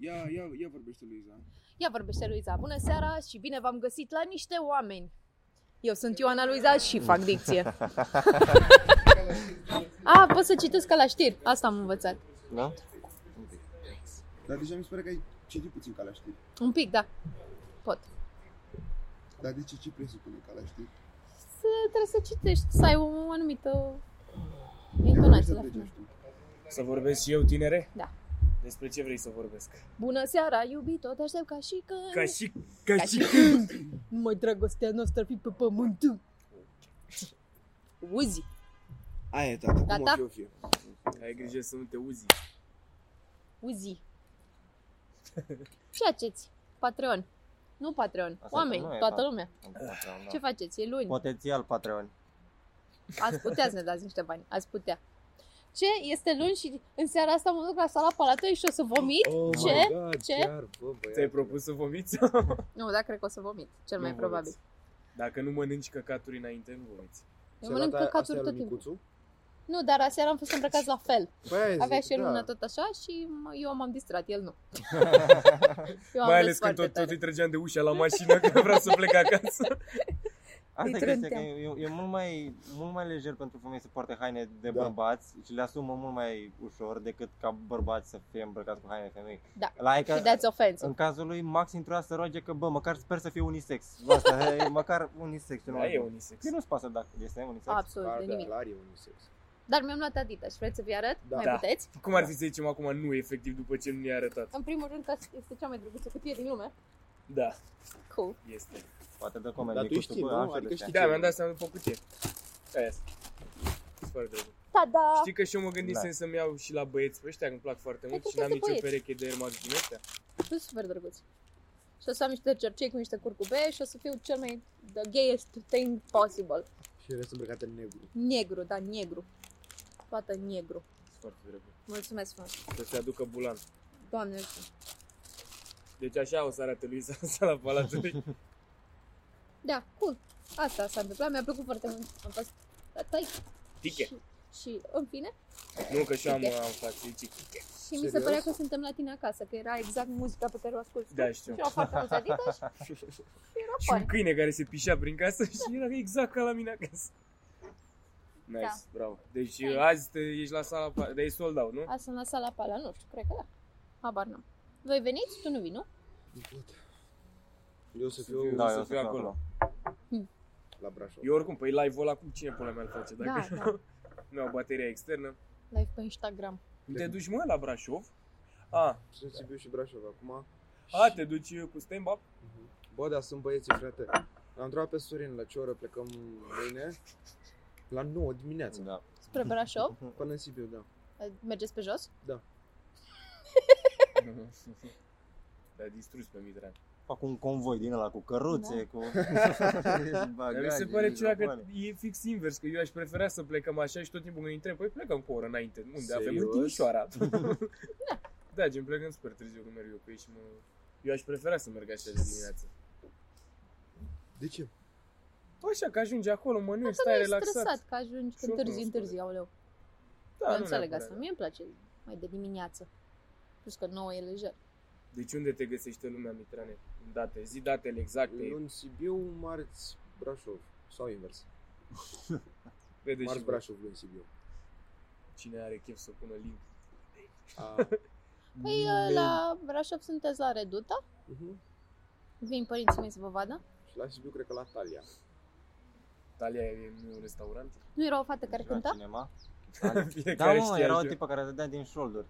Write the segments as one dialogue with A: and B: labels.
A: Ia, ia, ia vorbește, Luiza.
B: Ia vorbește Luiza. Bună seara și bine v-am găsit la niște oameni. Eu sunt Ioana Luiza și fac dicție. A, pot să citesc ca la știri. Asta am învățat.
C: Da?
A: Dar deja mi se pare că ai citit puțin ca la știri.
B: Un pic, da. Pot.
A: Dar de ce ce presupune ca la știri?
B: Să, trebuie să citești, să ai o anumită
A: De unde să
B: intonație la
A: treci,
B: final.
A: nu știu.
D: Să vorbesc și eu, tinere?
B: Da. Păi,
D: Despre ce vrei să vorbesc?
B: Bună seara, iubito, te aștept ca și când.
D: Ca și... Ca,
B: Ca
D: și...
B: Păi și Adică, Mai dragostea noastră ar fi pe pământ. Uzi.
A: Aia e, tata, cum
B: Gata?
A: o fi, o fi.
D: Ai grijă să nu te uzi.
B: Uzi. Ce faceți? Patreon. Nu Patreon.
C: Asta
B: Oameni,
C: nu e,
B: toată
C: da.
B: lumea.
C: Da.
B: Ce faceți? E luni.
C: Potențial Patreon.
B: Ați putea să ne dați niște bani. Ați putea. Ce? Este luni și în seara asta mă duc la sala palatului și o să vomit?
E: Oh
B: Ce?
E: My God,
B: Ce?
E: Chiar, bă, băiat.
D: Ți-ai propus să vomiți?
B: Nu, da, cred că o să vomit. Cel mai
D: Nu
B: probabil.
D: vomiți. Dacă nu mănânci căcaturi înainte, nu vomiți.
B: Eu
E: Ți-ai
B: mănânc
E: luat a- asta
B: căcaturi
E: e al
B: tot
E: lui
B: timpul.
E: Nicuțu?
B: Nu, dar aseară am fost îmbrăcați la fel.
E: Păi aia
B: Avea
E: zic,
B: și el
E: da.
B: una tot așa și m- eu m-am distrat, el nu. Eu
D: Mai
B: râs
D: ales când
B: foarte
D: tot, tot
B: tare.
D: îi trăgeam de ușa la mașină că vrea să plec acasă.
C: Asta e
B: Îi
C: chestia, că
B: trânteam.
C: e, e, mult, mai, mult mai lejer pentru femei să poarte haine de
E: Da.
C: bărbați și le asumă mult mai ușor decât ca bărbați să fie îmbrăcați cu haine de femei.
B: Da.
C: La aia
B: Și
C: că,
B: that's offense.
C: în cazul lui Max intră să roage că, bă, măcar sper să fie unisex. Asta, hei, măcar unisex. ce nu
D: Da,
C: mai
D: e unisex.
C: Mie nu-ți pasă dacă este unisex.
B: Absolut,
E: Clar,
B: de
E: da,
B: nimic.
E: clar e unisex.
B: Dar mi-am luat Adidas. Vreți să vi arăt?
E: Da.
B: Mai
D: Da.
B: puteți?
D: Cum ar fi să zicem acum nu, efectiv, după ce nu i-a arătat?
B: În primul rând că este cea mai drăguță cutie din lume.
D: Da,
B: Cool.
D: este.
C: Poate dă comentarii.
E: Dar tu
C: cu
E: știi,
C: supă,
E: nu?
C: așa
E: Adică
C: de
E: știi
C: ce.
D: Da,
E: ce?
D: mi-am dat seama după cutie. Aia este. Sunt Foarte drăguț.
B: Ta-da!
D: Știi că și eu mă gândisem
C: Da.
D: să-mi iau și la băieți pe ăștia, îmi plac foarte mult
B: Hai,
D: și n-am
B: puteți
D: nicio
B: să
D: pereche de Air Max din ăștia.
B: Sunt super drăguț. Și o să am niște cercei cu niște curcubei și o să fiu cel mai the gayest thing possible.
E: Și restul îmbrăcat în negru.
B: Negru, da, negru. Toată negru.
D: Sunt Foarte drăguț.
B: Mulțumesc frumos.
D: Să se aducă bulan.
B: Doamne, ajută.
D: Deci așa o să arate Luisa în sala palatului.
B: Da, cool. Asta s-a întâmplat, mi-a plăcut foarte mult. Am fost la tai
D: Tiche.
B: și, și, în fine,
D: Nu, că și eu am, am față, tiche.
B: și mi se
E: Serios?
B: părea că suntem la tine acasă, că era exact muzica pe care o ascult.
D: Da, știu.
B: Și era foarte mult adică și era
D: Și un
B: fun.
D: câine care se pișea prin casă și era exact ca la mine acasă. Nice,
B: Da.
D: bravo. Deci
B: Thanks.
D: azi te, ești la sala, pa- dar e sold out, nu?
B: Azi sunt la sala pala, nu știu, cred că da. Habar n-am. Voi veniți? Tu nu vii, nu?
E: Eu o să fiu
D: Da.
C: Da,
D: să
C: eu o să
D: fiu
C: fiu
D: acolo.
C: acolo.
E: la Brașov.
D: Eu oricum, păi live-ul ăla cu cine pula mea îl face? Dacă
B: Da, da.
D: nu au bateria externă.
B: Live pe Instagram.
D: Te duci, mă, la Brașov? A,
E: Sunt Sibiu și Brașov acum.
D: a te duci uh, cu stand-up?
E: Bă, dar sunt băieții, frate. L-am întrebat pe Sorin la ce oră plecăm mâine. La 9 dimineața.
C: Da.
B: Spre Brașov.
E: Până în Sibiu, da.
B: Mergeți pe jos?
D: Te-a distrus pe Mitran.
C: Fac un convoi din ăla cu căruțe,
B: Da.
C: cu...
D: Dar
C: bagaje,
D: mi se pare ceva că
C: microfoane.
D: e fix invers, că eu aș prefera să plecăm așa și tot timpul când intrăm, păi plecăm cu o oră înainte. Unde avem? În
E: Serios?
D: Timișoara. da, gen plecăm super târziu când merg eu cu ei și mă... Eu aș prefera să merg așa de dimineață.
E: De ce?
D: Bă, Păi așa că ajungi acolo, mănânci,
B: Asta nu
D: stai
B: e
D: relaxat.
B: stresat că ajungi
D: Și
B: când
D: oricum
B: târzi,
D: nu
B: întârzi,
D: scot.
B: aoleu.
D: Da,
B: Da,
D: nu
B: înțeleg
D: neapărat,
B: asta.
D: da.
B: Mie îmi place mai de dimineață. Plus că nouă e lejer.
D: Deci unde te găsește lumea, Mitrane? În date, zi datele exacte.
E: Luni Sibiu, marți Brașov. Sau invers.
D: Vede și
E: Marți
D: voi
E: Brașov, luni Sibiu.
D: cine are chef să pună link.
E: A,
B: Păi
E: Bine.
B: la Brașov sunteți la Reduta?
E: Mhm.
B: Vin părinții mei să vă vadă.
E: Și la Sibiu, cred că la Talia.
D: Talia e nu e un restaurant?
B: Nu era o fată care
D: Exact.
C: Era
B: cânta?
C: cinema. Da,
D: Fiecare
C: mă,
D: știa
C: era o
D: ce-
C: tipă care dădea din shoulder.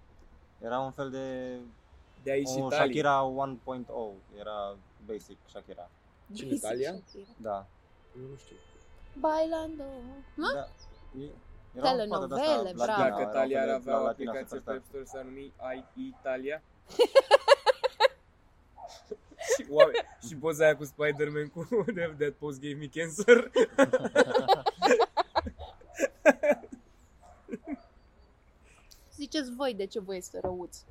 C: Era un fel de
D: De aici și
C: o
D: Talia.
C: Shakira 1.0. Era basic Shakira.
E: Cine,
B: Basic
E: Talia?
B: Shakira.
C: Da.
E: Eu nu știu.
B: Bailando. Mă?
C: Da. E- Era o fată de-asta
B: Telenovele,
C: latină,
B: bravo.
D: Da, Dacă
C: era o
D: Talia ar
C: fată
D: avea o
C: latină
D: aplicație pe
C: superstar.
D: App Store, s-ar numi Ai Italia. și, oameni, și poza aia cu Spider-Man cu de- That Post Gave Me Cancer.
B: Ziceți voi de ce voi să răuți.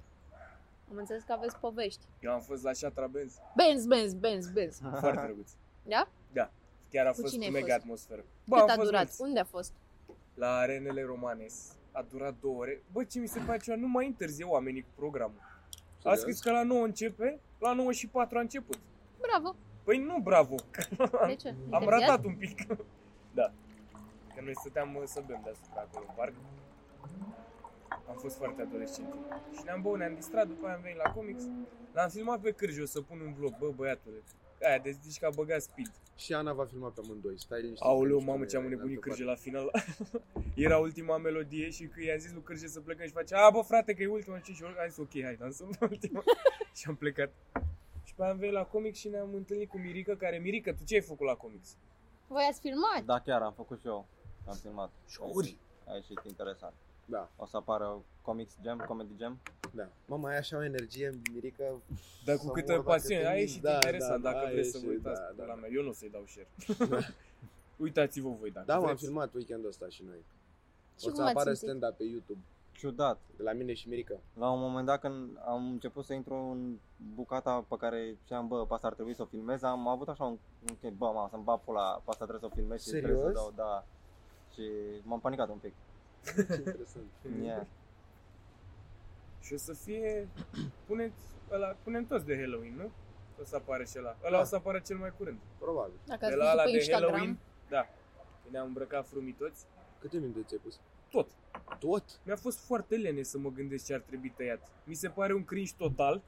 B: Am înțeles că aveți povești.
D: Eu am fost la Shatra Benz.
B: Benz, benz, benz, benz.
D: Foarte drăguț.
B: Da?
D: Chiar a
B: Cu
D: fost
B: cine ai
D: mega
B: fost?
D: atmosferă.
B: Cât
D: am
B: a
D: fost
B: durat?
D: mulți.
B: Unde a fost?
D: La arenele romanes. A durat două ore. Bă, ce mi se pare ceva, nu mai întârzie oamenii cu programul. A scris că la 9 începe, la 9 și 4 a început.
B: Bravo.
D: Păi nu, bravo,
B: De ce?
D: am
B: Întârziat?
D: ratat un pic. da. Că noi stăteam uh, să bem deasupra acolo în parc. Am fost foarte adolescent. Și ne-am băut, ne-am distrat, după aia am venit la comics. L-am filmat pe Cârj, o să pun un vlog, bă băiatule. Aia, deci zici că a băgat speed.
E: Și Ana va filma pe amândoi. Stai liniștit.
D: Aoleu, mamă, ce am
E: da,
D: înnebunit Cârge la final. Era ultima melodie și că i-am zis lui Cârge să plecăm și face A, bă, frate, că e ultima. Și eu am zis, ok, hai, dansăm pe ultima. și am plecat. Și pe aia am venit la comic și ne-am întâlnit cu Mirica, care, Mirica, tu ce ai făcut la comics?
B: Voi ați filmat?
C: Da, chiar am făcut și eu. Am filmat.
E: Șori.
C: A ieșit interesant.
E: Da,
C: O să apară Comics Jam, Comedy Jam.
E: da. Mama, ai așa o energie, Mirica.
D: Dar cu
E: Să
D: câtă
E: mor dacă
D: pasiune,
E: te
D: a
E: mint.
D: ieșit
E: Da,
D: interesant,
E: da,
D: dacă
E: a
D: vreți să
E: ieșit,
D: vă uitați
E: da,
D: pe
E: da,
D: la
E: da.
D: mea. Eu nu o să-i dau share. Uitați-vă voi, dacă
E: Da, m-am
D: vreți.
E: filmat weekendul ăsta și noi.
B: Și
E: O să
B: cum ați
E: apară
B: simțit?
E: stand-up pe YouTube.
C: Ciudat.
E: De la mine și Mirica.
C: La un moment dat când am început să intru în bucata pe care ziceam, bă, pe asta ar trebui să o filmez, am avut așa un, un chef, bă, mă, să-mi bag pula, pe asta trebuie să o filmez și trebuie să
E: Serios?
C: dau, da. Și m-am panicat un pic.
E: Ce interesant.
C: Yeah.
D: Și o să fie, puneți, ăla, punem toți de Halloween, nu? O să apară și ăla.
E: Da.
D: Ăla o să apară cel mai curând.
E: Probabil.
B: Dacă ați
D: de la
B: văzut
D: ala
B: pe
D: de
B: Instagram.
D: Halloween, da, Că ne-am îmbrăcat frumii toți,
E: Câte minute ți-ai pus?
D: tot.
E: Tot?
D: Mi-a fost foarte lene să mă gândesc ce ar trebui tăiat. Mi se pare un cringe total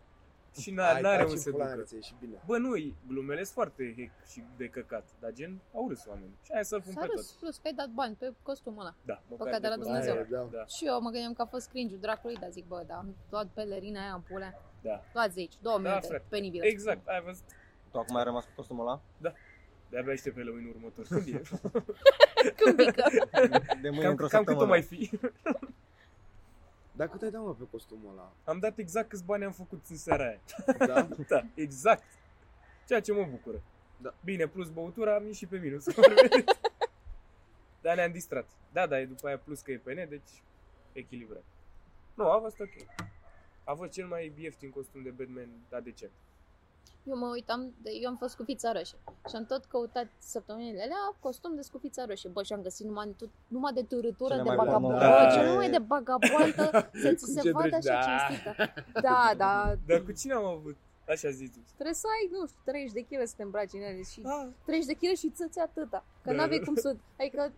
D: și n-a,
E: Hai,
D: are
E: taci
D: Da, un
E: în
D: se
E: pula mea,
D: ducă.
E: că ți-a ieșit bine.
D: Bă, nu, glumele sunt foarte hec și de căcat, dar gen, au râs oameni. Și hai să-l pun
B: S-a
D: pe
B: râs,
D: tot.
B: plus că ai dat bani pe costumul ăla.
D: Da, măcar
B: Păcat de la
D: costum.
B: Dumnezeu.
E: Aia, da.
D: da.
B: Și eu mă gândeam că a fost cringe dracului, dar zic, bă, da, am luat pelerina aia în pulea.
D: Da.
B: Luați de aici, două
D: Da,
B: minute,
D: frate.
B: penibilă.
D: Exact, ai văzut.
C: Tu acum ai rămas cu costumul ăla?
D: De-abia aștept pe Halloween următor. Când e?
B: Când pică.
C: De mâine
D: cam,
C: într-o
D: cam cât
C: săptămână.
D: o mai fi?
E: Dar cât ai dat, mă, pe costumul ăla?
D: Am dat exact câți bani am făcut în seara aia.
E: Da?
D: Da, exact. Ceea ce mă bucură.
E: Da.
D: Bine, plus băutura, am ieșit pe minus. Dar ne-am distrat. Da, da, e după aia plus că e pe ne, deci echilibrat. Nu, a fost ok. A fost cel mai ieftin costum de Batman, dar de ce?
B: Eu mă uitam, de, eu am fost cu fița roșie și am tot căutat săptămânile alea costum de scufița roșie. Bă, și am găsit numai, tot, numai de târâtură,
C: Cele
B: de
C: mai
B: bagaboaltă,
C: bune.
B: da,
C: Da,
B: cel
E: e.
B: numai de
D: Da.
B: bagaboaltă să ți
E: Cum
B: se
E: ce
B: vadă
E: drăgi,
B: așa
E: da.
B: cinstită. Da, da,
D: Dar cu cine am avut? Așa zis.
B: trebuie să ai, nu știu, 30 de kg să te îmbraci în ele și
D: Ah,
B: 30 de kg și țăți atâta. Că
D: Da.
B: n-avei cum să, adică,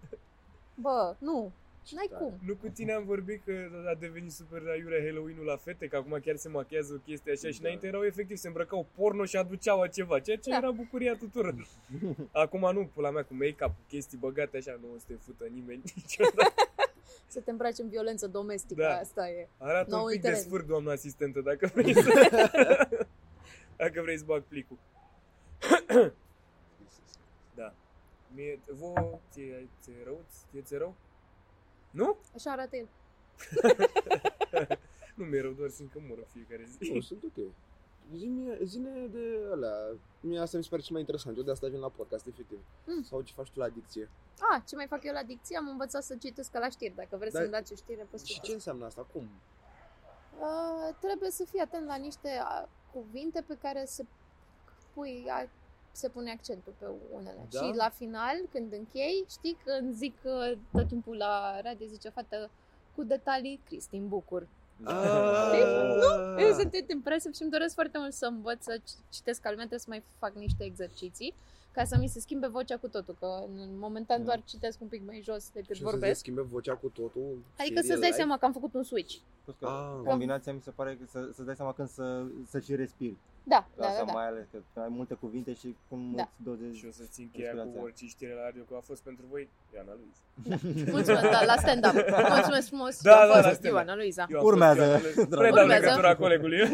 B: bă, nu,
E: Ce
B: n-ai
E: tare.
B: cum.
D: nu cu tine am vorbit că a devenit super aiure Halloween-ul la fete, că acum chiar se machează o chestie așa și
E: Da.
D: înainte erau efectiv, se îmbrăcau porno și aduceau ceva, ceea ce
B: Da.
D: era bucuria tuturor. Acum nu, pula mea, cu make-up, cu chestii băgate așa, nu o să te fută nimeni niciodată.
B: Să te îmbraci în violență domestică,
D: Da.
B: asta e.
D: Arată
B: Noul
D: un pic de
B: trend.
D: sfârt, doamna asistentă, dacă vrei să... dacă vrei să bag plicul. Da. Mie, vă, ție, ție rău? Ție, ție rău? Nu?
B: Așa arată el.
D: Nu mi-e rău, doar simt că mor în fiecare
E: Nu,
D: zi.
E: sunt ok. Zine, zine de alea. Mie asta mi se pare cel mai interesant. Eu de asta vin la podcast, efectiv.
B: Mm.
E: Sau ce faci tu la adicție.
B: A, ce mai fac eu la dicție? Am învățat să citesc ca la știri. Dacă vreți
E: Da.
B: să-mi dați o știre, poți să
E: Și ce înseamnă asta? Cum?
B: Uh, trebuie să fii atent la niște a, cuvinte pe care se, pui, a, se pune accentul pe unele.
E: Da?
B: Și la final, când închei, știi când zic uh, tot timpul la radio, zice o fată cu detalii, Cristin Bucur.
E: Ah.
B: Păi, Eu sunt atât impresiv și îmi doresc foarte mult să învăț să ci- citesc al meu, trebuie să mai fac niște exerciții ca să mi se schimbe vocea cu totul, că în momentan
C: Da.
B: doar citesc un pic mai jos decât
E: Și o să se
B: vorbesc.
E: schimbe vocea cu totul.
B: Adică să-ți dai seama că am făcut un switch.
C: Plus că
E: Ah.
C: combinația mi se pare că să, să dai seama când să, să și respiri.
B: Da,
C: Că
B: da,
C: asta
B: da, da.
C: mai ales că ai multe cuvinte și cum
B: Da.
C: îți dozezi.
D: Și o să țin cheia cu
C: Respirația.
D: orice știre la radio că a fost pentru voi, Ioana Luiz.
B: Mulțumesc, da, la stand-up. Mulțumesc frumos.
D: Da,
B: a
D: da, la
B: fost
D: stand-up.
B: Ioana Luiza.
D: Eu am fost
C: Urmează,
D: Ioana Luiz.
C: dragul.
D: Predau
B: Ah. Urmează.
D: legătura colegului.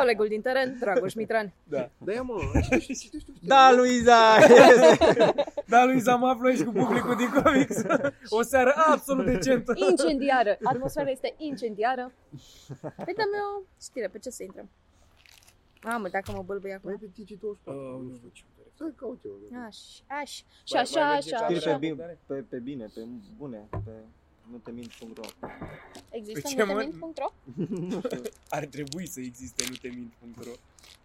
B: Colegul din teren, Dragoș Mitran.
D: da.
E: Da, ia, mă, citește
C: Da, Luiza!
D: da, Luiza, mă aflu aici cu publicul din comics. O seară absolut decentă.
B: Incendiară. Atmosfera este incendiară. Păi dă-mi o știre, pe ce să intrăm? Mamă, dacă mă bâlbâi
E: Mai
B: acum.
E: Păi, pe Digi24,
D: Oh, Ah,
E: nu știu ce. Să caut eu.
B: Aș, aș. Și
D: Mai-
B: așa,
D: mai merge
B: așa,
C: Știri
D: camera?
B: așa.
C: pe, bine, pe, pe bine, pe bune, pe nu te minți cum rău.
B: Există
D: Pe Păi ce, mă?
B: nutemin.ro?
D: Ar trebui să existe, nu te mint.ro.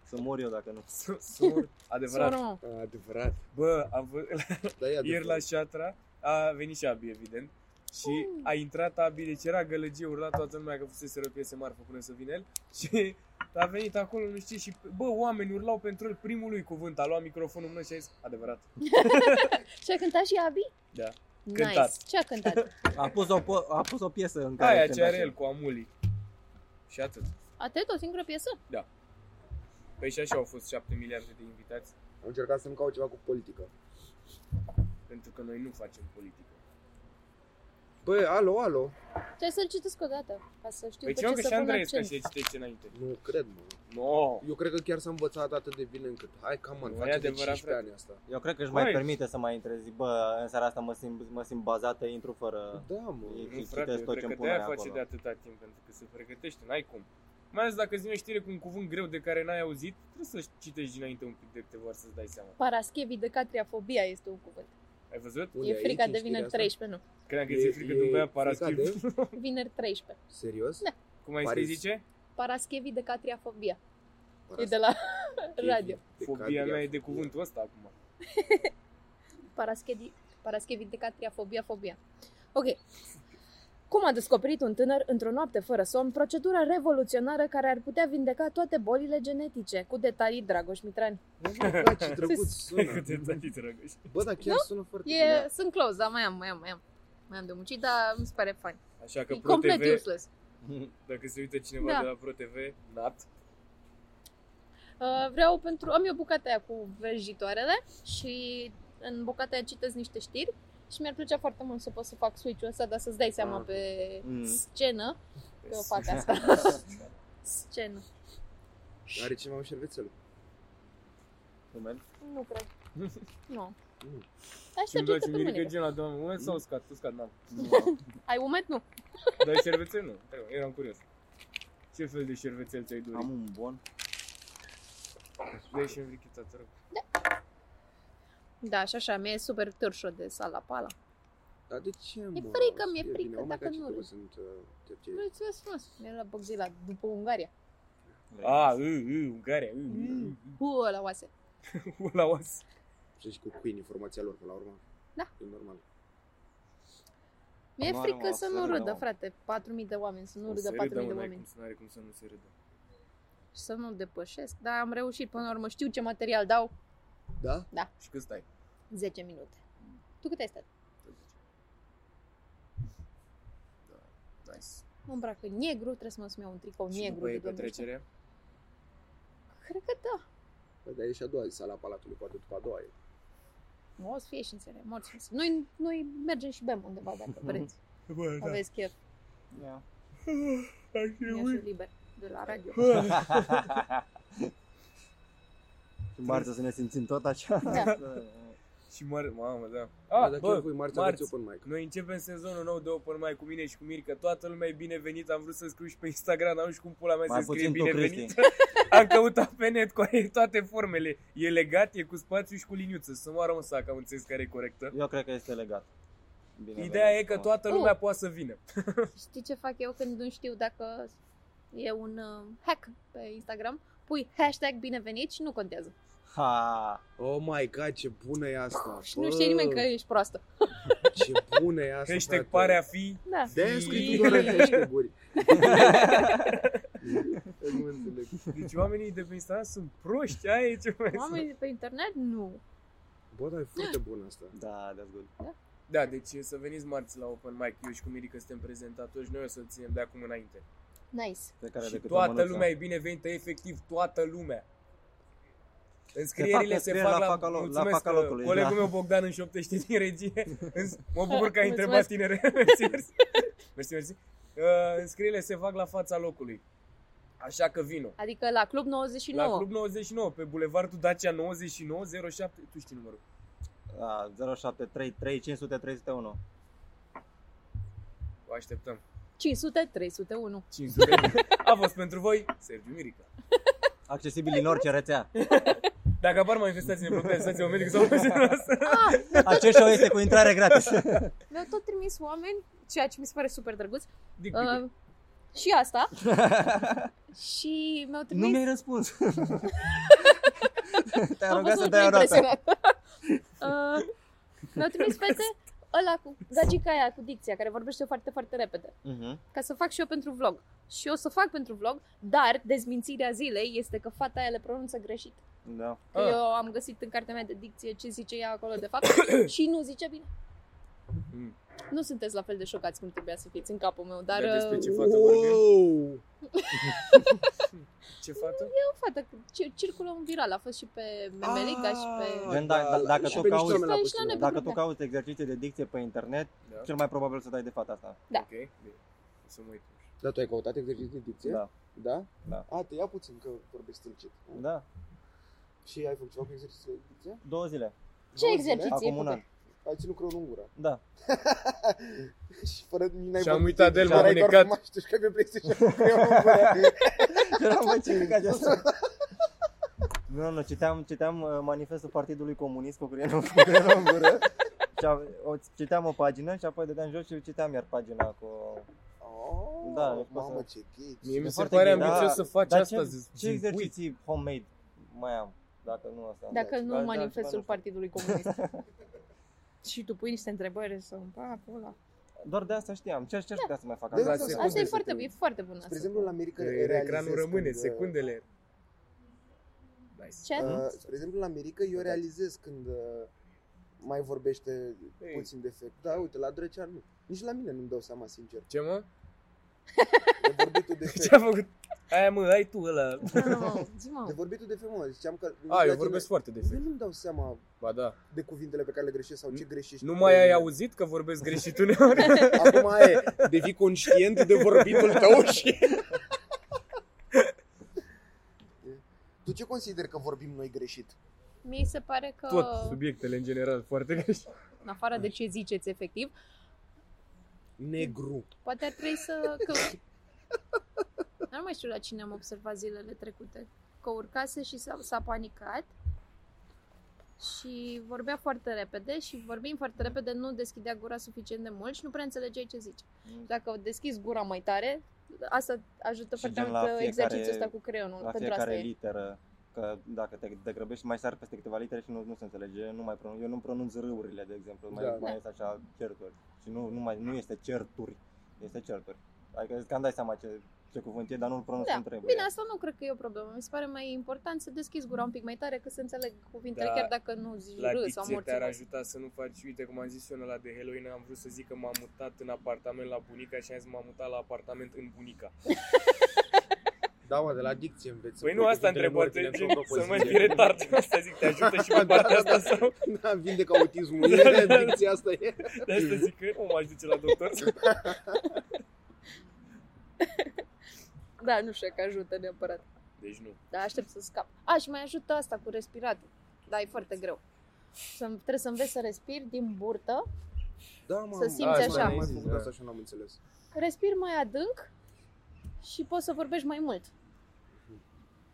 C: Să mor eu dacă nu.
D: Să- să- Adevărat.
B: Soră.
E: Adevărat.
D: Bă, am vă-
E: Da, e adevărat.
D: ieri la șatra a venit și Abi, evident. Și a intrat Abi, deci era gălăgie, urla toată lumea că fusese o piese mare până să vină el. Și a venit acolo, nu știu, și bă, oamenii urlau pentru el primului cuvânt. A luat microfonul în mână și a zis, adevărat.
B: Și a cântat și Abi?
D: Da.
B: Nice.
D: Cântat.
B: Ce a cântat?
C: A pus o, po- a pus o piesă în care
D: Aia ce
C: cânta
D: are
C: și
D: el cu Amuli. Și atât.
B: Atât? O singură piesă?
D: Păi și așa au fost 7 miliarde de invitați,
E: Am încercat să-mi caut ceva cu politică.
D: pentru că noi nu facem politică.
E: Băi, alo, alo.
B: Trebuie să-l citesc o dată, ca să știu
D: Păi
B: pe
D: ce
B: ce
D: că
B: să
D: și
B: pun
D: Andrei că
B: accent.
D: și citește înainte.
E: Nu cred, mă.
D: No!
E: Eu cred că chiar s-a învățat atât de bine încât. Hai, cam on,
D: Nu e
E: face de
D: adevărat,
E: 15
D: frate.
E: ani asta.
C: Eu cred că își
D: Băi.
C: mai permite să mai intre zi, bă, în seara asta mă simt, mă simt bazată, intru fără...
E: Da, mă.
C: E-
D: Nu,
C: Și
D: frate,
C: citesc
D: eu
C: tot
D: cred
C: ce-mi
D: că
C: pun
D: de-aia
C: aia
D: face
C: acolo.
D: de atâta timp, pentru că se pregătește, n-ai cum. Mai ales dacă îți vine știre cu un cuvânt greu de care n-ai auzit, trebuie să citești dinainte un pic de câteva ori să-ți dai seama.
B: Paraschevi de catriafobia este un cuvânt.
D: Ai văzut?
E: Unde,
B: e
E: aici,
B: frica
E: în
B: de
E: știrea
B: vineri
E: asta?
B: 13, nu.
D: Credeam că ți-e frică de un băiat paraschib.
E: frica de-
B: Vineri 13.
E: Serios?
B: Da.
D: Cum ai scris
E: Paris.
D: zice?
B: Paraschevi de catriafobia. E
E: Paraschib.
B: de la radio.
E: De
D: Fobia
E: cadre,
D: mea e de
E: fobia.
D: cuvântul ăsta acum.
B: Paraschevi, paraschevi de catriafobia, fobia. Ok. Cum a descoperit un tânăr într-o noapte fără somn procedura revoluționară care ar putea vindeca toate bolile genetice? Cu detalii, Dragoș Mitran.
E: Bă, mă, frate, ce drăguț sună.
D: Câte tati drăguș.
E: Bă, dar chiar sună foarte
B: E,
D: Da.
E: bine.
B: Sunt close, dar mai am, mai am, mai am. Mai am de muncit, dar mi se pare fain.
D: Așa că
B: E
D: Pro
B: complet
D: TV,
B: useless.
D: dacă se uită cineva
B: Da.
D: de la Pro TV, nat,
B: Uh, vreau pentru... Am eu bucata aia cu vrăjitoarele și în bucata aia citesc niște știri și mi-ar plăcea foarte mult să pot să fac switch-ul ăsta, dar să-ți dai seama
E: Ah,
B: pe
C: Mm.
B: scenă, că eu fac asta. scenă.
E: Are cineva un șervețel.
C: Tu mergi?
B: Nu cred. nu.
E: Mm.
D: Și-mi
B: Aștept
D: place
B: pe
D: mâine
B: mâine.
D: că gen la doamne, umet sau uscat? Uscat, n-am.
B: Ai umet? Nu.
D: Dar șervețel nu, Trebuie, eram curios. Ce fel de șervețel ți-ai dorit?
C: Am un bon.
D: Dă-i și în vichita, te rog.
B: Da, și așa, mi-e super târșo de sala pala.
E: Dar de ce, mă?
B: Mi-e frică, mi-e
E: E
B: frică
E: bine. Oh my
B: dacă
E: God, ce
B: nu râzi.
E: drăguț sunt uh, tercerii.
B: Mulțumesc frumos. Mi-e la Bogzila după Ungaria.
D: A,
B: Păi,
D: ă, ă, Ungaria, ă, ă,
B: Cu la oase.
D: ă. la os.
E: Și și cu Queen informația lor, până la urmă.
B: Da.
E: E normal.
B: Mi-e
C: Onoare,
B: frică
C: mă,
B: să
C: să
B: nu
C: râdă,
B: râdă,
C: mă.
B: frate. 4.000 de oameni, să nu
D: O
B: râdă
D: să
B: 4.000
D: râdă,
B: de
D: mă, n-ai
B: oameni.
D: cum să n-are cum să nu se râdă.
B: și să nu depășesc. Dar am reușit până la urmă, știu ce material dau,
E: Da?
D: Și cât stai?
B: 10 minute. Tu cât ai stat?
D: Da, Nice.
B: Mă îmbrac în negru, trebuie să mă iau un tricou
D: Și
B: negru.
D: după e
B: de Doamne ajută.
D: petrecerea?
B: Cred că da.
E: Păi, dar e și a doua zi, sala Palatului, poate după a doua e.
D: Ah,
B: Mă, o să fie și înțeleg, morți. fiți. Noi, noi mergem și bem undeva dacă vreți.
D: Bă, da. Ah,
B: Aveți chef,
C: Ia.
D: Ar
B: mi
D: trebui.
B: liber de la radio.
D: Ah.
C: Și marți o să ne simțim tot așa.
B: Da.
D: Și mare, mamă, da.
E: Ah, dar
D: Ah,
E: chiar
D: bă,
E: voi marți
D: marți.
E: aveți open mic.
D: noi începem sezonul nou de open mai cu mine și cu Mirca. Toată lumea e binevenită. Am vrut să scriu și pe Instagram, dar nu știu cum pula mea
C: Mai
D: să scrie
C: puțin tu,
D: binevenit. Am căutat pe net cu toate formele. E legat, e cu spațiu și cu liniuță. Să moară un sac, am înțeles care e corectă.
C: Eu cred că este legat. Bine
D: Ideea
C: venit,
D: e că
C: frumos.
D: toată
B: Oh.
D: lumea poate să vină.
B: Știi ce fac eu când nu știu dacă e un uh, hack pe Instagram? Pui hashtag binevenit și nu contează.
C: Ha.
E: Oh my god, ce bună e asta.
B: Și nu știe nimeni că ești proastă.
E: Ce bună e asta,
D: Hashtag
E: frate.
D: pare a fi.
B: Da.
E: De-aia ai scris tu doar hashtag-uri. Nu înțeleg.
D: Deci oamenii de pe Instagram sunt proști. Aia e ce mai
B: Oamenii de pe internet? Nu.
E: Bă, dar e foarte bună asta.
C: Da, that's good.
D: Da, deci să veniți marți la Open Mic. Eu și cu Mirica suntem prezentatori și noi o să ținem de acum înainte.
B: Nice.
C: Pe care
D: și
C: decât o
D: toată
C: mânuță.
D: lumea e binevenită, efectiv toată lumea. Înscrierile se,
C: înscrieri
D: fac la,
C: la faca lo- la
D: mulțumesc,
C: faca
D: că
C: locului,
D: Colegul
C: da.
D: meu Bogdan îmi șoptește din regie. Îns- Mă bucur că ai întrebat
B: Mulțumesc.
D: tinere. Mersi, mersi. mersi, mersi. Uh, înscrierile se fac la fața locului. Așa că vino.
B: Adică la Club
D: La
B: 99.
D: Club 99, pe Bulevardul Dacia 99 07, tu știi numărul.
C: Da, 0733 500 301.
D: O așteptăm.
B: 500 301.
D: 500. A fost pentru voi Sergiu Mirica.
C: Accesibil în orice rețea.
D: Dacă apar manifestații neprotestați, o medic sau pe noastră.
C: Acest show este cu intrare gratis.
B: Ah, Mi-au tot trimis oameni, ceea ce mi se pare super drăguț.
D: Dic,
B: Uh, și asta. și mi-au
C: nu
B: trimis...
C: mi-ai răspuns. Te-am
B: Am
C: rugat
B: fost
C: să
B: mult
C: dai
B: prea
C: o roată.
B: impresionată. uh, mi-au trimis fete ăla cu gagica aia, cu dicția, care vorbește foarte, foarte repede.
C: Mhm.
B: Ca să fac și eu pentru vlog. Și eu o să fac pentru vlog, dar dezmințirea zilei este că fata aia le pronunță greșit.
C: Da.
B: Că
D: Ah.
B: Uh, eu am găsit în cartea mea de dicție ce zice ea acolo de fapt și nu zice bine.
D: Mm.
B: Nu sunteți la fel de șocați cum trebuia să fiți în capul meu, dar
D: Dar despre
B: uh,
D: ce fată vorbim?
E: Wow!
D: Ce fată?
B: o fată, ci- circulă un viral, a fost și pe Memelica și
E: Ah.
B: pe...
C: Gen, da, da- dacă
E: și
C: tu
E: pe niște
C: cauți-
E: oameni la
B: Stai și la
E: puțină.
B: nebun.
C: Dacă
B: da.
C: tu cauți exerciții de dicție pe internet,
D: Da.
C: cel mai probabil să dai de fata asta.
B: Da.
D: Ok, bine. O să mă uit.
E: Dar Da, tu ai căutat exerciții de dicție?
C: Da.
E: Da?
C: Da.
E: A, te ia puțin că vorbești încet.
C: Da.
E: Și ai făcut ceva cu exerciții de dicție?
C: Două zile.
B: Ce
E: Două zile?
B: exerciții ai
C: Acum un
B: făcut?
C: an.
E: Ai ținut creionul în gură.
C: Da.
E: și fără n-ai
D: Și am
E: vorbit
D: uitat de el,
E: nici, dar
D: m-am
E: ai doar
D: necat.
E: fumat și tu pe PlayStation cu creionul în gură.
C: Eram mai ce căcat de asta. Nu, nu, citeam, citeam uh, manifestul Partidului Comunist cu creionul, cu creionul în gură. Și a, o, citeam o pagină și apoi dădeam jos și citeam iar pagina cu...
E: Oh,
C: Da, deci
E: mamă,
C: poți
E: ce ghiți.
D: Mie mi se
C: foarte
D: pare
C: bine,
D: ambițios
C: da.
D: să faci
C: Dar
D: asta.
C: ce,
D: zi- zi-
C: ce
D: uit.
C: exerciții homemade mai am? Dacă nu asta.
B: Dacă
E: Da,
B: nu
C: da,
B: în
C: da,
B: manifestul
C: da, da.
B: Partidului Comunist. și tu pui niște întrebări sau... Pa, pula.
C: Doar de asta știam. Ce aș cerca să mai fac?
E: De
C: Asta-
E: asta se
B: Asta e
E: Secunde
B: foarte,
E: să te
B: e foarte bună
E: Spre
B: asta.
E: exemplu, în America realizez
D: Ecranul rămâne,
E: când, uh,
D: secundele. Nice.
B: Ce?
E: Uh, spre exemplu, la America eu realizez când uh, mai vorbește
D: Ei.
E: puțin defect. Da, uite, la Drăcea nu. Nici la mine nu-mi dau seama, sincer.
D: Ce mă?
E: De vorbitul
D: Ce a
E: defect.
D: făcut? Aia mă, ai tu ăla.
B: Nu, mă, zi,
E: De
B: mă.
E: vorbitul defect, mă, ziceam că... la
D: A, eu
E: tine-
D: vorbesc foarte des.
E: Eu nu-mi dau seama
D: Ba da.
E: de cuvintele pe care le greșesc sau ce greșești.
D: Nu
E: tu.
D: mai ai auzit că vorbesc greșit uneori?
E: Acum e, devii conștient de vorbitul tău și... Tu ce consideri că vorbim noi greșit?
B: Mie se pare că...
D: Tot subiectele în general foarte greșit.
B: în afară de ce ziceți efectiv,
E: Negru.
B: poate ar trebui să... Că... Nu mai știu la cine am observat zilele trecute. Că urcase și s-a, s-a panicat și vorbea foarte repede și vorbind foarte repede nu deschidea gura suficient de mult și nu prea înțelegeai ce zice. Dacă o deschizi gura mai tare, asta ajută
C: Și
B: foarte
C: gen
B: mult
C: la
B: că
C: fiecare-
B: exercițiul ăsta cu creionul.
C: La
B: pentru asta
C: fiecare
B: e.
C: literă. Că dacă te degrăbești, mai sar peste câteva litere și nu, nu se înțelege. Nu mai pronunț, eu nu pronunț râurile, de exemplu. Mai,
E: Da.
C: mai este așa certuri. Și nu, nu, mai, nu este certuri, este certuri. Adică îți cam dai seama ce, ce cuvânt e, dar nu-l pronunț
B: Da,
C: cum trebuie.
B: Bine, asta nu cred că e o problemă. Mi se pare mai important să deschizi gura un pic mai tare, că să înțeleg cuvintele,
D: Da,
B: chiar dacă nu zici
D: La
B: râ sau
D: dicție
B: morți.
D: te-ar ajuta să nu faci, uite cum am zis eu în ăla de Halloween, am vrut să zic că m-am mutat în apartament la bunica și am zis m-am mutat la apartament în bunica.
E: Da, mă, de la dicție înveți. să
D: Păi nu
E: pui
D: asta
E: cuvintele
D: întreb,
E: în ordine
D: poate
E: într-o
D: să mai
E: propoziție.
D: fi retard. Asta zic, te ajută și pe
E: Da,
D: partea
E: da,
D: asta sau?
E: Da, vindecă autismul. E, dicția asta e.
D: De asta zic că o m-aș duce la doctor.
B: Da, nu știu că ajută neapărat.
D: Deci nu.
B: Dar aștept să scap. A, și mai ajută asta cu respiratul. Da, e foarte greu. Să, trebuie să înveți să respiri din burtă.
E: Da, mă,
B: Să simți
E: da,
B: așa.
E: Am mai
D: Zis,
E: făcut
D: da.
E: asta și nu am înțeles.
B: Respiri mai adânc și poți să vorbești mai mult.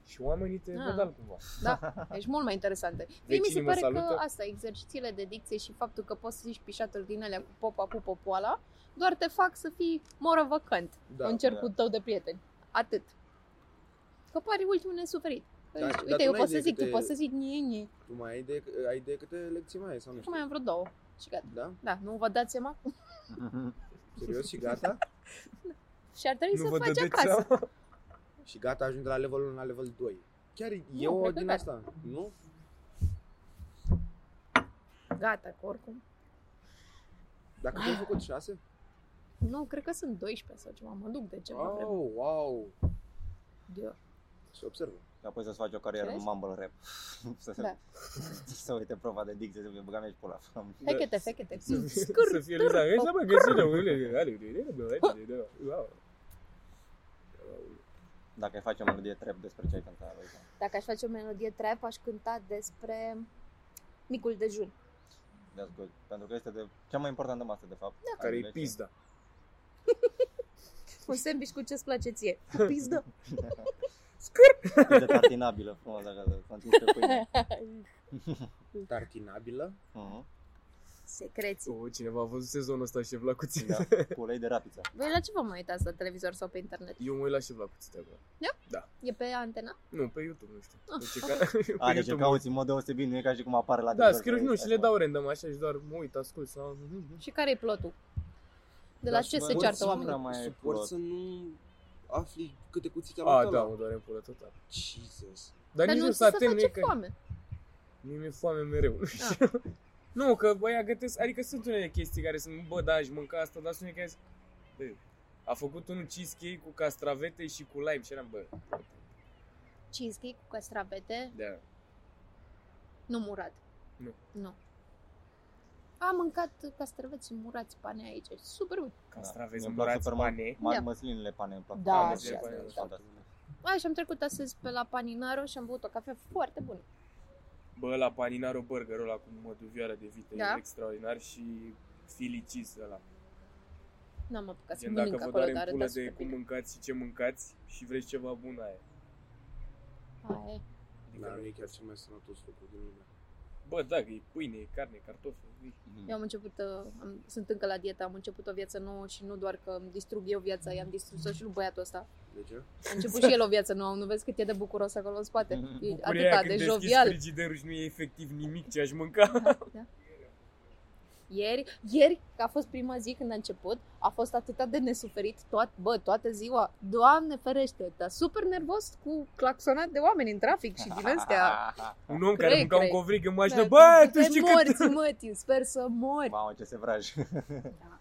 D: Și oamenii te
B: Ah.
D: văd altcumva.
B: Ești Da? Deci mult mai interesantă. Mie mi
D: Vecinii
B: se
D: mă
B: pare că
D: salută.
B: asta, exercițiile de dicție și faptul că poți să zici pișaturi din alea cu popa, cu popoala, doar te fac să fii morovăcant da,
E: Da,
B: în cercul tău de prieteni. Atât. Că pari ultimul nesuferit. Că
E: Da, Dar-
B: zici,
E: dar
B: Uite,
E: tu
B: eu
E: n-ai
B: pot să
E: idee
B: zic, tu
E: câte-
B: poți să zic nie, nie.
E: Tu mai ai idee, ai idee câte lecții mai ai sau nu știu?
B: Mai am vreo două. Și gata.
E: Da?
B: Da, nu vă dați seama?
E: Serios și gata?
B: Și ar trebui
D: Nu
B: să
D: vă
B: faci
D: dădeți
B: acasă.
D: seama?
E: Și gata, ajungi de la levelul 1 la level 2. Chiar e
B: Nu,
E: o
B: cred că
E: din
B: da.
E: asta, nu?
B: Gata, că oricum.
E: Dacă tu ai făcut 6?
B: Nu, cred că sunt 12 sau ceva, mă duc de ceva oh. vreme.
E: Oh, wow!
B: Eu.
E: Se observă.
C: Și apoi să-ți faci o carieră
B: Ce
C: în mumble rap. să, se,
B: Da.
C: să uite prova de dicție, să fie băga mea și pula.
B: Fechete, fechete.
D: Da. Să fie Liza, ești la magazină, uite, ale,
C: Dacă îi faci o melodie trap despre ce ai cântat. uite.
B: Dacă aș face o melodie trap, aș cânta despre micul dejun.
C: That's good. Pentru că este de cea mai importantă masă, de fapt. Da.
D: Care e pizda.
B: Un sandwich cu ce-ți place ție. Cu pizdă.
C: Scâr! Este tartinabilă, frumos, dacă să întins pe pâine.
E: Tartinabilă?
C: Mhm.
B: Secreții.
D: O, cineva a văzut sezonul ăsta și Vlacuții. Da.
C: cu ulei de rapiță.
B: Voi la ce vă mai uitați la televizor sau pe internet?
D: Eu mă uit la și Vlacuții de acum.
B: E pe antena?
D: Nu, pe YouTube, nu știu.
B: Ah,
D: Deci, ca... pe
C: A, deci îl
D: YouTube mă uit.
C: cauți în mod deosebit, nu e ca și cum apare la
D: Da,
C: televizor.
D: scriu
C: că
D: nu
C: e
D: și le
C: așa.
D: dau random așa și doar mă uit, ascult sau...
B: Și care e plotul? De la
D: Da,
C: Dar
B: ce se
C: suport
B: ceartă
C: să nu
B: oamenii?
C: prea mai e
E: Suport
C: plot.
E: să nu afli câte cuțite am
D: A,
E: uitat
D: da,
E: la-
D: mă doare în pulă total.
E: Jesus.
B: Dar
D: Dar, nici
B: nu
D: nu
B: ți
D: s-a
B: se
D: atem, nu e
B: face
D: că...
B: foame. Da.
D: Mie mi-e foame mereu, nu știu. Nu, că băia gătesc, adică sunt unele chestii care sunt, bă, da, aș mânca asta, dar sunt unele care sunt, bă, a făcut unul cheesecake cu castravete și cu lime și eram, bă,
B: Cheesecake cu castravete,
D: da.
B: nu murat.
D: Nu.
B: Nu. Am mâncat castraveți murați pane aici. Super bun.
D: Castraveți,
C: mi-e
D: da.
C: îmi place
D: murați,
C: super
D: pane.
C: mult. Ma-
B: Da.
C: Măslinile pane îmi plac.
B: Da,
C: Ah,
D: și
C: măslinile
D: asta
C: pane,
D: e
C: fantastic.
B: Așa și am trecut astăzi pe la Paninaro și am băut o cafea foarte bună.
D: Bă, la Paninaro Burgerul ăla cu măduvioară de vită,
B: Da.
D: e extraordinar și Philly cheese ăla.
B: N-am apucat să
D: Gen, dacă
B: mănânc
D: vă
B: acolo,
D: doare
B: dar
D: în pulă
B: arăta
D: de
B: super
D: cum
B: bine.
D: mâncați și ce mâncați și vreți ceva bun aia.
B: Aia e.
E: Dar nu
D: Adică,
E: e chiar cel mai sănătos lucru din lume.
D: bă, da, că e pâine, e carne, cartofi. e-
C: Mhm.
B: Eu am început, uh, am, sunt încă la dietă, am început o viață nouă și nu doar că îmi distrug eu viața, i-am distrus-o și lui băiatul ăsta.
E: De ce?
B: A început și el o viață nouă, nu vezi cât e de bucuros acolo în spate. E
D: Bucuria aia
B: atâta
D: când
B: de
D: deschizi
B: jovial.
D: frigiderul și nu e efectiv nimic ce aș mânca.
B: Da, Ieri, ieri, că a fost prima zi când a început, a fost atât de nesuferit, toat, bă, toată ziua, Doamne ferește, dar super nervos cu claxonat de oameni în da. trafic și din
C: Ah,
B: astea.
D: Un om care
B: Cred,
D: mânca un
B: cred.
D: covrig în mașină, bă, tu
B: Da, te
D: știi cât...
B: morți, mă, Tim, sper să mori.
C: ah. Mamă, ce se vraj.
D: Da.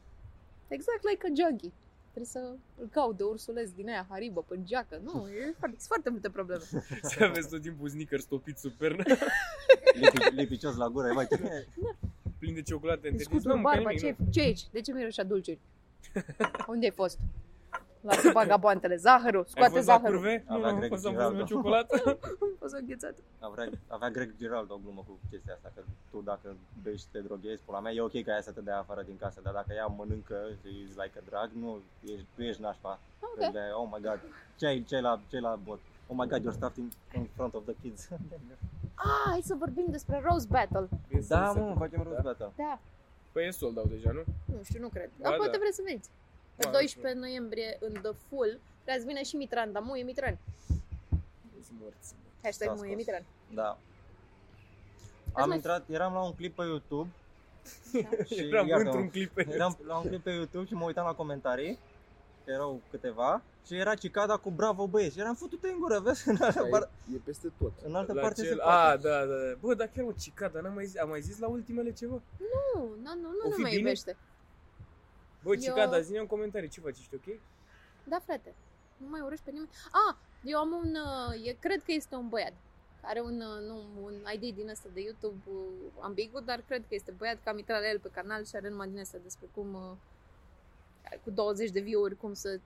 B: Exact like a junkie. Trebuie să îl caut de ursuleț din aia, haribă, pângeacă. Nu, e foarte, sunt foarte multe probleme.
D: Să aveți tot timpul sneakers topit super,
C: Lipi- Lipicios la gură, mai
D: plin de ciocolată.
B: Deci cu
D: între Nu, mânca
B: barba,
D: nimic,
B: ce,
D: nu.
B: ce e aici? De ce miroși a dulciuri? Unde ai fost? Lasă vagaboantele, zahărul,
D: Ai
B: scoate
D: fost la
B: zahărul.
D: curve? Nu,
C: Avea
D: nu,
C: grec
D: am fost la
C: Giraldo.
D: curve ciocolată.
B: O să înghețată.
C: Avea, avea Greg Giraldo o glumă cu chestia asta, că tu dacă bei și te droghezi, pula mea, e ok ca ea să te dea afară din casă, dar dacă ea mănâncă și is like a drag, nu, ești, tu ești nașpa.
B: Ok.
C: De, oh my god, ce ai, ce ai la, ce ai la bot? Oh my god, you're stuffed in, in front of the kids.
B: Ah, hai să vorbim despre Rose Battle.
C: da, mă, facem rost
D: Da.
C: gata.
B: Da,
D: Păi e sold out deja, nu?
B: nu știu, nu cred.
D: Ba
B: Dar poate
D: da.
B: vreți să veniți. Pe
D: Ba,
B: 12 noiembrie, în The Full, trebuie să vină și Mitran, dar muie Mitran.
D: Ești morți.
B: Hashtag
C: S-a
B: muie
C: scos.
B: Mitran.
C: Da. Am
B: mai-
C: intrat, eram la un clip pe YouTube
B: Da.
C: și
D: Eram
C: iartă-mă,
D: într-un clip pe
C: Eram la un clip pe YouTube și mă uitam la comentarii, erau câteva, și era cicada cu bravo băieți. Și eram fătut în gură, vezi? În altă, par-
E: E, e peste tot.
C: în altă
D: la
C: parte se
D: cel... A,
C: poate.
D: da, da, da. Bă, dar chiar o cicada, n-am mai zis, am mai zis la ultimele ceva?
B: Nu, nu, nu,
D: O
B: nu, nu
D: fi
B: mai
D: bine?
B: iubește.
D: Bă,
B: Eu-
D: cicada, zine în comentarii ce faci, ești ok?
B: Da, frate, nu mai urăști pe nimeni. Ah, eu am un, uh, e, cred că este un băiat. Are un, uh, nu, un ID din ăsta de YouTube uh, ambigu, dar cred că este băiat, că am intrat la el pe canal și are numai din asta despre cum, uh, cu 20 de view-uri, cum să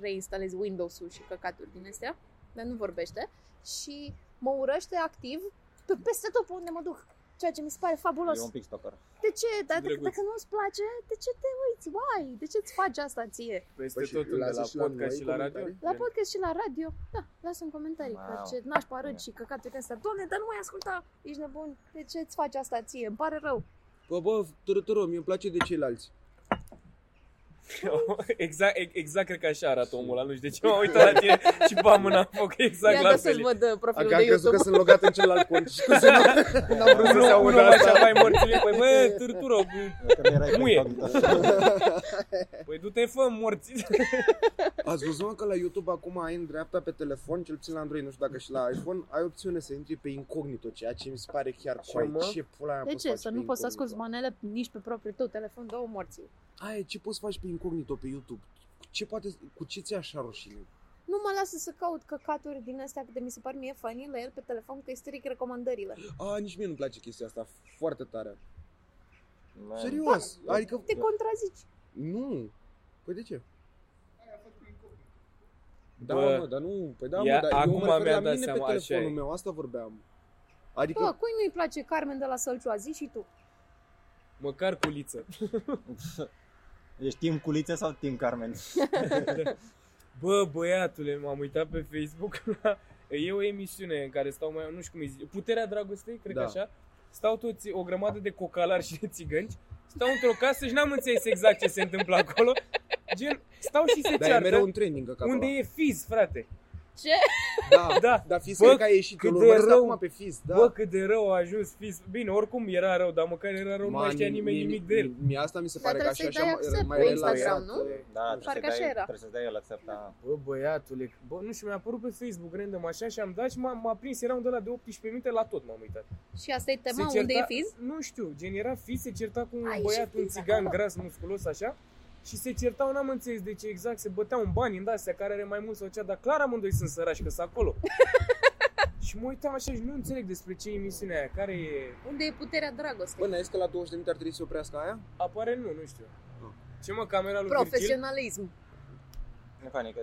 B: reinstalezi Windows-ul și căcaturi din astea, dar nu vorbește. Și mă urăște activ pe peste tot pe unde mă duc, ceea ce mi se pare fabulos.
C: E un pic stalker.
B: De ce? Dar dacă,
D: Drăguț.
B: dacă nu-ți place, de ce te uiți? Why? De ce-ți faci asta ție?
D: Peste
E: Păi și
D: tot, unde,
E: lasă
D: la
E: și la
D: podcast
E: noi
D: și la radio.
E: comentarii?
B: La
D: Gen,
B: podcast și la radio. Da, lasă în comentarii wow. că
C: Wow.
B: ce nașpa arăt
C: Bine.
B: și căcaturile astea. Doamne, dar nu mai asculta! Ești nebun. De ce îți faci asta ție? Îmi pare rău.
E: Bă, bă, tărătără, mi-e place de ceilalți.
D: Exact, e- exact cred că așa arată omul ăla, nu știu de ce m-am uitat la tine și bam, în foc,
E: Da,
D: exact la
B: Ia să-ți
D: fel.
B: văd uh,
E: A,
B: profilul
E: că Adică am
B: de
E: crezut
B: YouTube.
E: că sunt logat în celălalt cont și că se n-am vrut să
D: Unul
E: se audă
D: unul așa
E: asta.
D: mai morțile, păi bă, târtură,
C: Că nu erai
D: Muie.
C: incognito.
D: păi du-te fă morți.
E: Ați văzut mă, că la YouTube acum ai în dreapta pe telefon, cel puțin la Android, nu știu dacă și la iPhone, ai opțiune să intri pe incognito, ceea ce mi se pare chiar
D: Ce,
E: coai.
D: mă?
E: Ce pula aia
B: De
E: poți
B: ce?
E: face
B: Să
E: pe
B: nu poți să
E: incognito?
B: asculti manele nici pe propriul tău telefon, două morții.
E: Aia, ce poți face pe incognito pe YouTube? Cu Ce poate, cu ce ți așa roșine?
B: Nu mă lasă să caut căcaturi din astea de mi se par mie funny la el pe telefon că îi stric recomandările.
E: A, nici mie nu-mi place chestia asta, foarte tare.
C: Man.
E: Serios,
B: Da.
E: adică,
B: Te contrazici.
E: nu. Păi de ce? Da,
D: Bă.
E: mă, dar nu, păi da,
D: Ia,
E: mă, dar eu
D: acum
E: mă refer
D: mi-am
E: la
D: dat
E: mine pe
D: seama, așa
E: telefonul
D: e.
E: meu, asta vorbeam.
B: Bă,
E: Adică,
B: cui nu-i place Carmen de la Sălciua? Zi și tu.
D: Măcar culiță.
C: Ești Tim Culiță sau Tim Carmen?
D: Bă, băiatule, m-am uitat pe Facebook la... E o emisiune în care stau mai... Nu știu cum îi zice. Puterea dragostei, cred
E: Da.
D: că așa. stau toți o grămadă de cocalari și de țigănci, stau într-o casă și n-am înțeles exact ce se întâmplă acolo. Gen, stau și se
E: Da, e
D: ceartă
E: mereu un trending ca
D: unde e fiz, frate.
B: Ce?
E: Da,
D: Da.
E: dar fiz
D: Bă,
E: cred că a ieșit.
D: cât
E: Eu
D: de
E: urmăresc
D: rău.
E: acum pe fiz, da.
D: Bă, cât de rău a ajuns fiz. Bine, oricum era rău, dar măcar era rău, nu mai știa nimeni nimic de el.
E: Mie asta mi se
B: Dar
E: pare că
B: trebuie
E: așa
B: să-i dai
E: așa
B: accept
E: mai
B: pe
E: relaxat.
B: Instagram, nu?
C: Da, trebuie
B: Parcă
C: să
B: așa
C: dai,
B: era.
C: trebuie să dai el accept, da.
D: Bă, băiatule, bă, nu știu, mi-a apărut pe Facebook random așa și am dat și m-a, m-a prins, era un de la de 18 minute, la tot m-am uitat.
B: Și asta e tema,
D: Se
E: da.
B: unde e fiz?
D: Nu știu, gen era fiz, se certa cu un
B: A, e și
D: băiat, un
B: fiz
D: țigan
B: acolo.
D: gras, musculos, așa, și se certau, n-am înțeles de ce exact, se băteau în bani în astea, care are mai mult sau cea, dar clar amândoi sunt sărași, că sunt acolo. și mă uitam așa și nu înțeleg despre ce e emisiunea aia, care e...
B: Unde e puterea dragostei?
E: Bă, n-ai zis că la 20 de minute ar trebui să oprească aia?
D: Apare nu, nu știu.
E: Nu.
D: Ce mă, camera lui Virgil?
B: Profesionalism.
C: Nu e fain, că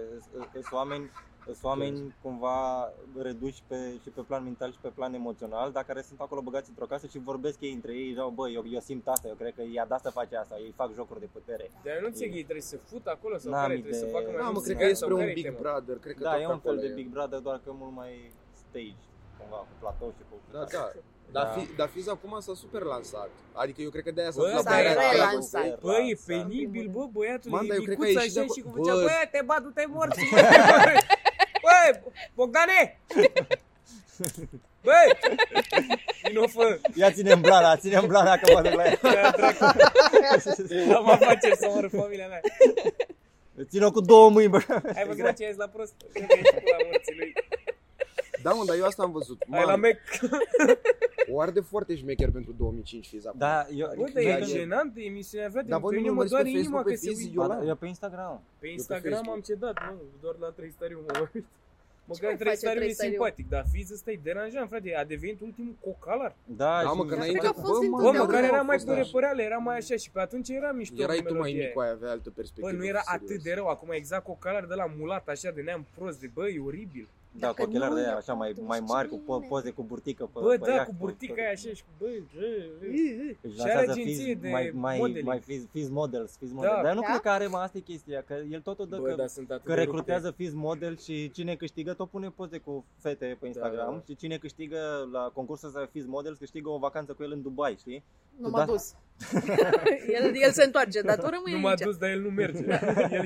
C: sunt oameni, sunt oameni cumva reduși pe, și pe plan mental și pe plan emoțional, dar care sunt acolo băgați într-o casă și vorbesc ei între ei, au, bă, eu, eu simt asta, eu cred că ea de asta face asta, ei fac jocuri de putere.
D: Dar eu nu înțeleg, ei trebuie să fut acolo sau
C: N-am
D: care trebuie să
C: idee.
D: facă mai
C: Da,
E: Da,
D: mult
E: mă, cred că
D: țigan
E: e
D: sau
E: spre un
D: care-i
E: Big
D: tema?
E: Brother. Cred că
C: da,
E: tot
C: e un fel
E: acolo
C: de Big Brother, doar că mult mai stage, cumva, cu platou și cu...
E: Da, da. Dar, fi, dar Fiz acum s-a super lansat. Adică eu cred că de-aia s-a
D: Bă,
E: dus la
B: s-a
E: băiat. Da,
B: relansat.
D: Bă, e
C: Relansat.
D: penibil, bă, băiatul
E: Man,
D: e
E: dar eu cred că a
D: micuț
E: ieșit de
D: așa
E: acolo-
D: și cum făcea,
E: Bă.
D: bă, te bat, du-te morți. Bă, Bogdane! Bă! Vino fă!
C: Ia ține-mi blana, ține-mi blana că mă duc la ea.
D: Ia, dracu, Am afaceri să mor familia mea.
C: Ține-o cu două mâini, bă.
D: Ai văzut
E: Exact.
D: mă, ce ai zis la prost? Cred că ești cu la morții lui.
E: Da, mă, dar eu asta am văzut.
D: Ai la
E: Man,
D: mec.
E: o arde foarte șmecher pentru 2005 Fiz acum.
C: Da, eu...
D: Bă, dar
E: da,
D: e
E: e-
D: jenantă emisiunea, frate.
E: Dar
D: Dar
E: voi
D: pe
E: nu
D: mine mă
E: urmăriți
D: doare
E: pe Facebook, pe
D: inima că se
E: Fizi,
D: uită.
E: eu-
C: Ba da, eu pe Instagram.
D: Pe
E: Facebook.
D: Instagram am cedat, mă, doar la 3 stariu mă uit. Măcar
B: mai
D: 3
B: face
D: stariu e
B: 3 stariu?
D: simpatic, dar fiz ăsta e deranjant, frate. A devenit ultimul cocalar.
C: Da,
E: Da,
C: și-
E: mă, că
B: Dar
E: înainte...
B: cred că a fost
E: mă,
D: Bă,
B: întotdeauna.
E: dar
D: măcar
E: nu
D: era
E: a
D: mai
E: fost
D: cu
E: așa.
D: repereale, era mai așa și pe atunci era mișto
E: Erai tu mai
D: melodia
E: mic,
D: aia.
E: cu aia avea altă
D: Bă,
E: perspectivă.
D: nu era
E: serios.
D: atât de rău, acum exact cu cocalar de la mulat, așa de neam prost, de bă, e oribil.
C: Da,
B: Dacă
C: cu ochelari
B: nu
C: de aia,
B: e
C: așa, mai,
B: atunci
C: mai mari,
B: ce
C: cu po-
B: e?
C: poze cu burtică pe
D: Bă,
C: pe
D: da,
C: iaht,
D: cu
C: pe-
D: burtica
C: pe-
D: aia așa și cu bă, ră, ră.
C: Își
D: Și are
C: lansează
D: agenție
C: Fizz-
D: de
C: mai, mai,
D: modeling.
C: mai fiz, fiz models, fiz model.
D: Da.
C: Dar eu nu
B: Da?
C: cred că are, mă, asta e chestia, că el tot o dă
D: Bă, da,
C: că,
D: dar sunt atât
C: că
D: de
C: recrutează fiz model și cine câștigă tot pune poze cu fete pe Instagram
D: da, da.
C: și cine câștigă la concursul ăsta de fiz model câștigă o vacanță cu el în Dubai, știi?
B: Nu m-a
C: Da.
B: dus. el, el se întoarce, dar tu
D: rupte. Nu
B: rămâi
D: m-a
B: aici.
D: dus, dar el nu merge. el,